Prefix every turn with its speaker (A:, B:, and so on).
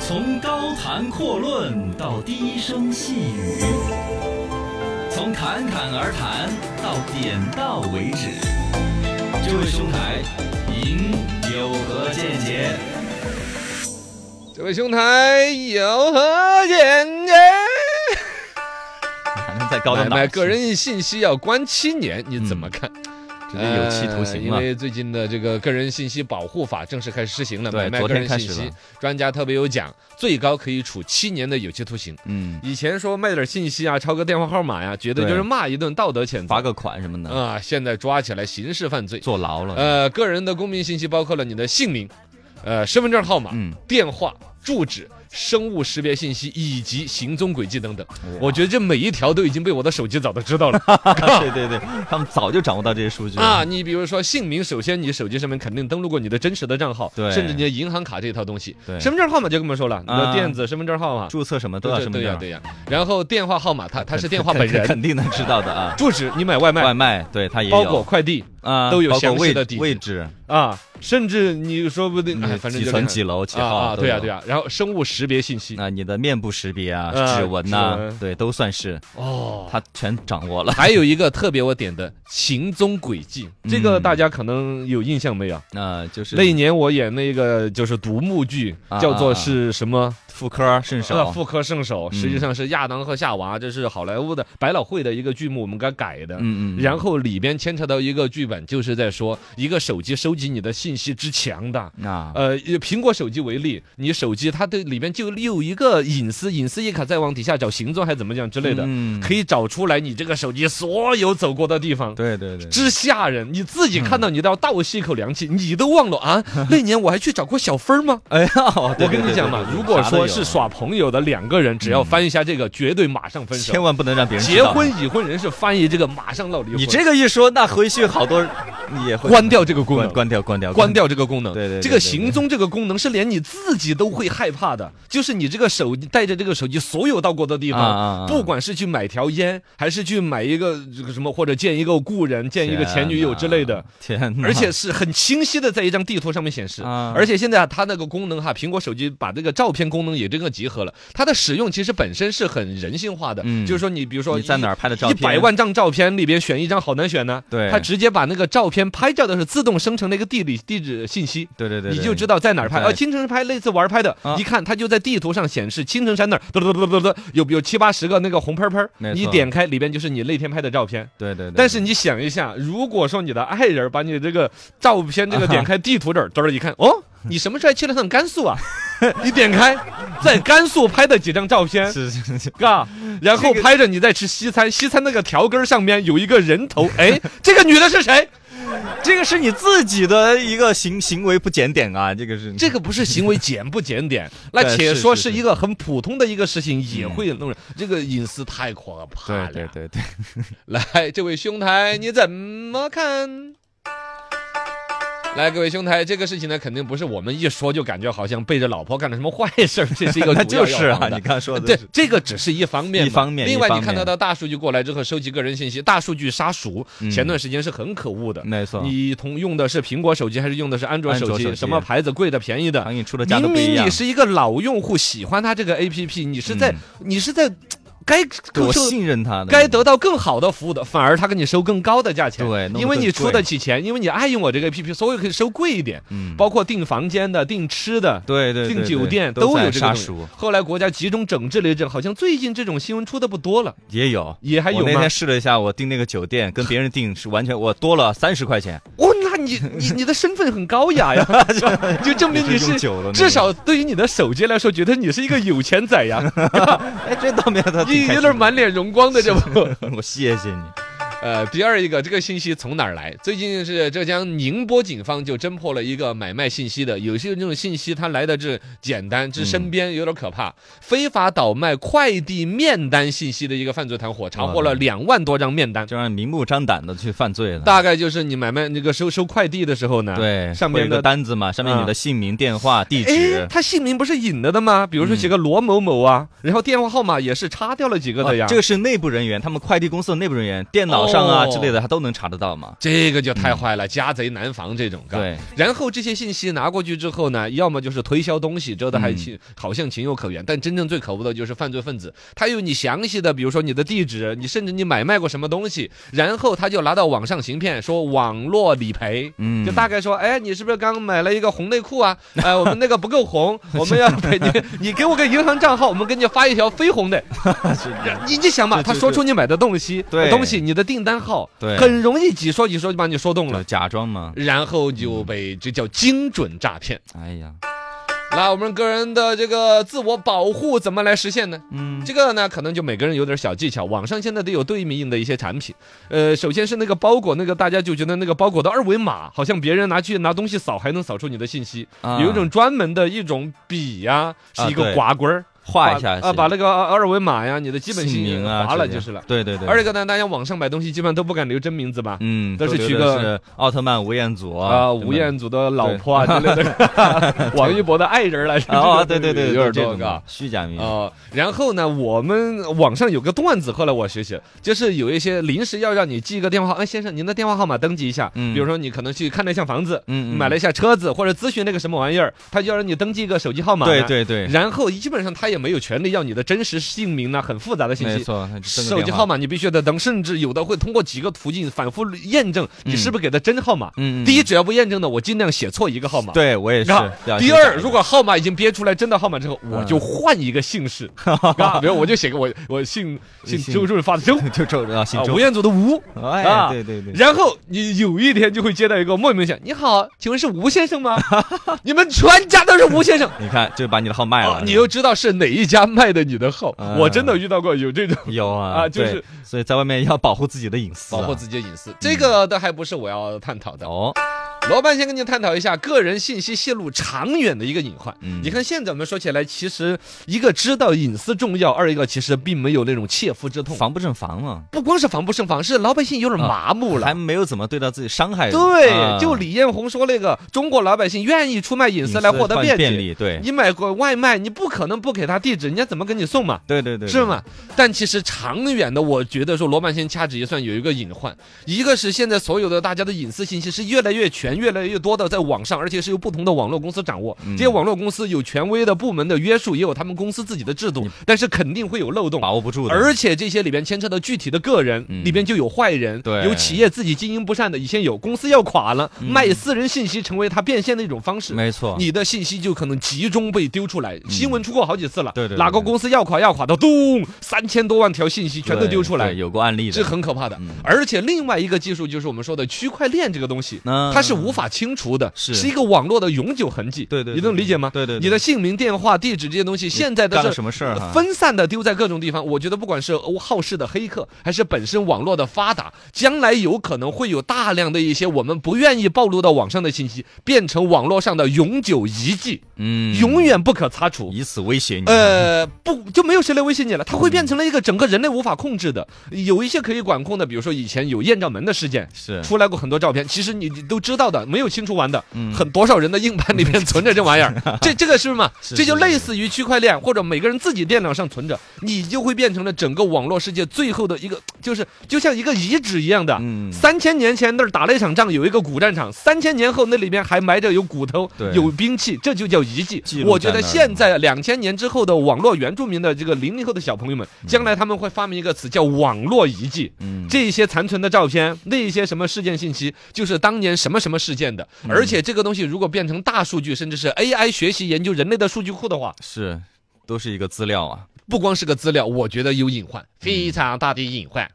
A: 从高谈阔论到低声细语，从侃侃而谈到点到为止。这位兄台，您有何见解？
B: 这位兄台有何见解？
C: 还能再高
B: 买
C: 档
B: 卖
C: 档
B: 个人信息要关七年，你怎么看？
C: 直接嗯有期徒刑了
B: 呃因。为最近的这个个人信息保护法正式开始施行了，
C: 对
B: 买卖
C: 昨
B: 个
C: 天
B: 人
C: 开
B: 信
C: 始
B: 息
C: 了，
B: 专家特别有讲，最高可以处七年的有期徒刑。
C: 嗯，
B: 以前说卖点信息啊，抄个电话号码呀、觉得
C: 对
B: 就是骂一顿道德谴责
C: 罚
B: 啊、
C: 个款什么的，
B: 现在抓起来刑事犯罪。
C: 坐牢了。
B: 呃，个人的公民信息包括了你的姓名、呃身份证号码、
C: 嗯，
B: 电话、住址、生物识别信息以及行踪轨迹等等。我
C: 我
B: 觉得这每一条都已经被我的手机早都知道了
C: 对对对，他们早就掌握到这些数据了
B: 啊！。你比如说姓名，首先你手机上面肯定登录过你的真实的账号，
C: 对
B: 甚至你的银行卡这一套东西。
C: 对，
B: 身份证号码就跟我们说了，你的
C: 啊
B: 电子身份证号码，
C: 注册什么都
B: 对
C: 要
B: 对
C: 什么
B: 对
C: 证
B: 呀
C: 儿
B: 对呀。然后电话号码，他他是电话
C: 肯
B: 本人。
C: 肯定能知道的啊。
B: 住址，你买外 卖
C: 外、卖对他也
B: 包裹、
C: 有
B: 快递
C: 啊，
B: 都有
C: 包括
B: 详细
C: 位
B: 的地址
C: 位置，
B: 啊，甚至你说不定，哎，
C: 嗯
B: 反正
C: 几
B: 就
C: 层
B: 是
C: 几楼几
B: 啊
C: 号
B: 啊，
C: 都
B: 对呀
C: 有
B: 对呀。然后生物识别信息，
C: 那你的面部识别啊、
B: 啊
C: 指纹
B: 指
C: 呐
B: 纹，
C: 对，都算是
B: 哦，
C: 他全掌握了。
B: 还有一个特别我点的行踪轨迹，这个
C: 嗯
B: 大家可能有印象没有？
C: 那就是
B: 那一年我演那个就是独幕剧，
C: 啊
B: 叫做是什么？
C: 妇科圣
B: 呃，
C: 手，
B: 妇科圣
C: 嗯
B: 手，实际上是亚当和夏娃，这是好莱坞的百老汇的一个剧目，我们给它改的。
C: 嗯嗯，
B: 然后里边牵扯到一个剧本，就是在说一个手机收集你的信息之强大。
C: 那
B: 呃，以苹果手机为例，你手机它对里边就有一个隐私，隐私一卡再往底下找行踪还怎么讲之类的，
C: 嗯
B: 可以找出来你这个手机所有走过的地方。
C: 对嗯对对，
B: 之吓人！你自己看到你都要倒吸一口凉气，你都忘了啊？那年我还去找过小芬儿吗？
C: 哎呀，
B: 我
C: 我
B: 跟你讲嘛，如果说
C: 啊
B: 是，耍朋友的两个人，只要翻一下这个，绝对马上分
C: 对对对对啥都有嗯千
B: 手。
C: 万不能让别人知
B: 结
C: 道啊
B: 婚。已婚人士翻译这个，马上闹离婚。
C: 你这个一说，那回去好多也会
B: 关掉这个功
C: 关
B: 能。
C: 关掉关掉
B: 关。掉这个功能，
C: 啊对对对
B: 这个行踪这个功能是连你自己都会害怕的，就是你这个手带着这个手机所有到过的地
C: 啊啊
B: 方，
C: 啊
B: 不管是去买条烟，还是去买一个这个什么，或者见一个故人、见一个前女友之类的，
C: 天哪，
B: 而且是很清晰的在一张地图上面显示。
C: 啊
B: 而且现在啊，它那个功能哈，苹果手机把这个照片功能也这个集合了。它的使用其实本身是很人性化的，
C: 嗯
B: 就是说你比如说
C: 你在哪儿拍的照
B: 一
C: 片？
B: 百万张照片里边选一张好难选呢，
C: 对
B: 它直接把那个照片拍照的时候自动生成了一个地理地址信息。
C: 对，对对对，
B: 你就知道在哪儿拍
C: 在
B: 啊？青城拍那次玩儿拍的
C: 啊，
B: 一看它就在地图上显示青城山那儿，嘟嘟嘟嘟嘟嘟，有有七八十个那个红喷喷儿，
C: 没
B: 你
C: 错
B: 点开里边就是你那天拍的照片。
C: 对对对。
B: 但是你想一下，如果说你的爱人把你这个照片这个点开地图 这儿，到时候一看，哦，你什么时候还去了趟甘肃啊？你点开，在甘肃拍的几张照片，
C: 是是是，
B: 嘎，啊 然后
C: 这个
B: 拍着你在吃西餐，西餐那个条根儿上面有一个人头， 哎，这个女的是谁？
C: 这个是你自己的一个行行为不检点啊，这个是
B: 这个不是行为检不检 点，那
C: 对
B: 且
C: 是
B: 说
C: 是
B: 是嗯
C: 是
B: 一个很普通的一个事情，也会弄人。这个隐私太可怕
C: 对
B: 了。
C: 对对对，
B: 来，这位兄台，你怎么看？来，各位兄台，这个事情呢，肯定不是我们一说就感觉好像背着老婆干了什么坏事儿，这 是一个
C: 那
B: 主要
C: 就
B: 要
C: 是啊，
B: 防的
C: 你刚刚说的
B: 对
C: 是，
B: 这个只是一方面嘛，
C: 一方面
B: 另
C: 一
B: 外，你
C: 方
B: 看到
C: 面
B: 的大数据过来之后，收集个人信息，大数据杀熟，
C: 嗯
B: 前段时间是很可恶的。
C: 没错，
B: 你同用的是苹果手机还是用的是安卓
C: 安
B: 手
C: 卓
B: 机？
C: 手机
B: 什么牌子贵的、便宜的？
C: 行业出的价都
B: 明
C: 不一
B: 明
C: 样
B: 你。是一个老用户，喜欢它这个 APP，你是在、
C: 嗯
B: 你是在该
C: 对我
B: 受
C: 信任他的，
B: 该得到更好的服务的，反而他给你收更高的价钱。
C: 对弄得
B: 因为你
C: 更
B: 出
C: 贵
B: 得起钱，因为你爱用我这个 APP，所以可以收贵一点，
C: 嗯，
B: 包括订房间的、订吃的。
C: 对对对
B: 订
C: 对
B: 酒店
C: 都
B: 有
C: 在
B: 这个
C: 杀
B: 东西
C: 熟，
B: 后来国家集中整治了一阵，好像最近这种新闻出的不多了，
C: 也有。
B: 也还有
C: 我那
B: 吗
C: 天？试了一下，我订那个酒店跟别人订是完全我多了三十块钱，
B: 哦，那你你你的身份很高 雅呀， 是吧就证明你
C: 一直
B: 是
C: 用久了那个
B: 至少对于你的手机来说，觉得你是一个有钱仔 呀，
C: 哎，这倒没有他
B: 你有点满脸荣光的这不。
C: 我谢谢你。
B: 呃，第二一个，这个信息从哪儿来？最近是浙江宁波警方就侦破了一个买卖信息的，有些这种信息它来的这简单，这身边有点可怕，非法倒卖快递面单信息的一个犯罪团伙，查获了两万多张面单，
C: 就让明目张胆的去犯罪了。
B: 大概就是你买卖那个收收快递的时候呢，
C: 对，
B: 上
C: 会有
B: 面
C: 一个
B: 的。嗯
C: 单子嘛，上面你的姓名、电话、地
B: 哎，
C: 址。
B: 他姓名不是隐了的吗？比如说写个罗某某啊，然后电话号码也是擦掉了几个的呀。
C: 哦这个是内部人员，他们快递公司的内部人员，电脑上啊之类的，他都能查得到嘛。
B: 这个就太坏了，家贼难防这种。嘎
C: 对，
B: 然后这些信息拿过去之后呢，要么就是推销东西，这都还
C: 嗯
B: 情、好像情有可原，但真正最可恶的就是犯罪分子，他有你详细的，比如说你的地址，你甚至你买卖过什么东西，然后他就拿到网上行骗，说网络理赔。
C: 嗯，
B: 就大概说，哎，你是不是刚买了一个红内裤啊？ 哎，我们那个不够红，我们要给你， 你给我个银行账号，我们给你发一条绯 红的。你你想嘛，
C: 对
B: 他
C: 对
B: 说出你买的东西，
C: 对
B: 东西，你的订单号，
C: 对
B: 很容易几说几说就把你说动了
C: 就，假装嘛。
B: 然后就被这叫精准诈骗。
C: 哎呀，
B: 那我们个人的这个自我保护怎么来实现呢？
C: 嗯，
B: 这个呢，可能就每个人有点小技巧。网上现在都有对应的一些产品，呃，首先是那个包裹，那个大家就觉得那个包裹的二维码，好像别人拿去拿东西扫还能扫出你的信息。
C: 啊
B: 有一种专门的一种笔呀、是一个
C: 对
B: 刮棍儿，
C: 画一下
B: 把啊，把那个二维码呀，你的基本
C: 姓
B: 信息
C: 名啊
B: 划了
C: 之类的
B: 就是了。
C: 对对对，
B: 二一个呢，大家网上买东西基本上都不敢留真名字吧？
C: 嗯，
B: 都是
C: 留
B: 取
C: 的
B: 个
C: 是奥特曼吴彦祖
B: 啊，
C: 对
B: 吴
C: 吧
B: 彦祖的老婆啊之类的， 王一博的爱人来着。
C: 啊，对对对，
B: 有点
C: 这种
B: 多
C: 啊嗯
B: 个
C: 的。虚假名，
B: 哦，然后呢，我们网上有个段子，后来我学习了，就是有一些临时要让你记一个电话号，哎，先生，您的电话号码登记一下。
C: 嗯
B: 比如说你可能去看了一项房子，
C: 嗯嗯
B: 买了一下车子，或者咨询那个什么玩意儿，他就要让你登记一个手机号码。
C: 对。对对，
B: 然后基本上他也没有权利要你的真实姓名呐，很复杂的信
C: 没
B: 息。
C: 错，
B: 手机号
C: 码，
B: 码你必须得登，甚至有的会通过几个途径反复验证你是不是给的真号码。
C: 嗯，嗯
B: 第一，，只要不验证的，我尽量写错一个号码。
C: 对我也是
B: 然后。
C: 比较
B: 第
C: 虚假
B: 二，
C: 的
B: 如果号码已经憋出来真的号码之后，我就换一个姓 氏，啊，比如我就写个我我姓姓
C: 姓
B: 周润发的周 啊，
C: 就皱着啊，姓周
B: 吴，彦祖的吴。
C: 哎，
B: 啊
C: 对对对，
B: 然后你有一天就会接到一个莫名想，你好，请问是吴先生吗？ 你们全家都是吴先 生。
C: 你看，就把你的号卖
B: 哦
C: 了，，
B: 你又知道是哪一家卖的你的号？
C: 啊
B: 我真的遇到过有这种。
C: 有啊，
B: 啊就是
C: 对，所以在外面要保护自己的隐私啊，
B: 保护自己的隐私，这个倒还不是我要探讨的。
C: 哦，
B: 罗班先跟您探讨一下个人信息泄露长远的一个隐患。
C: 嗯
B: 你看现在我们说起来，其实一个知道隐私重要，二一个其实并没有那种切肤之痛。
C: 防不胜防嘛，
B: 不光是防不胜防，是老百姓有点麻木了。
C: 还没有怎么对待自己伤害人，
B: 对，
C: 啊
B: 就李彦宏说那个，中国老百姓愿意出卖隐
C: 隐
B: 私来获得
C: 换
B: 便利。
C: 便利，对，
B: 你买过外卖，你不可能不给他地址，人家怎么给你送嘛？
C: 对对对，
B: 是？吗？但其实长远的，我觉得说罗曼先掐指一算有一个隐患，一个是现在所有的大家的隐私信息是越来越全、越来越多的在网上，而且是由不同的网络公司掌握。
C: 嗯
B: 这些网络公司有权威的部门的约束，也有他们公司自己的制度，但是肯定会有漏洞。
C: 把握不嗯住的，
B: 而且这些里边牵扯到具体的个人，
C: 嗯
B: 里边就有坏人，
C: 对嗯
B: 有企业自己经营不善的，以前有公司要垮了，卖私人信息成为他变现的一种方式。
C: 没错，
B: 你的信息就可能集中被丢出来。新闻出过好几次了，
C: 嗯对对对
B: 哪个公司要垮要垮的，咚，三千多万条信息全都
C: 对
B: 丢出来
C: 对，嗯有过案例的，
B: 这很可怕的。而且另外一个技术就是我们说的区块链这个东西。
C: 那
B: 它是无法清除的，
C: 是
B: 一个网络的永久痕迹。
C: 对对对
B: 你能理解吗？
C: 对对对
B: 你的姓名、电话、地址这些东西，现在都
C: 干了
B: 是
C: 什么事儿哈
B: 分散的丢在各种地方。我觉得不管是好事的黑客，还是本身网络的发达，将来有可能会有大量的一些我们不愿意暴露到网上的信息，变成网络上的永久遗迹，
C: 嗯，
B: 永远不可擦除。
C: 以此威胁你，
B: 呃，不，就没有谁来威胁你了，它会变成了一个整个人类无法控制的。有一些可以管控的，比如说以前有艳照门的事件，
C: 是
B: 出来过很多照片，其实你都知道的，没有清除完的，
C: 嗯
B: 很多少人的硬盘里面存着这 玩意儿，这这个是嘛？
C: 是
B: 这就是类似于区块链或者每个人自己电脑上存着，你就会变成了整个网络世界最后的一个，就是就像一个遗址一样的。
C: 嗯
B: 三千年前那儿打了一场仗，有一个古战场，三千年后那里面还埋着有骨头
C: 对、
B: 有兵器，这就叫遗迹
C: 记。录
B: 我觉
C: 在
B: 得
C: 那儿
B: 现在两千年之后的网络原住民的这个零零后的小朋友们，将来他们会发明一个词叫网络遗迹。
C: 嗯，
B: 这些残存的照片，那一些什么事件信息，就是当年什么什么事件的。而且这个东西如果变成大数据，甚至是 AI 学习研究人类的数据库的话，
C: 是都是一个资料啊。
B: 不光是个资料，我觉得有隐患，非常大的隐患。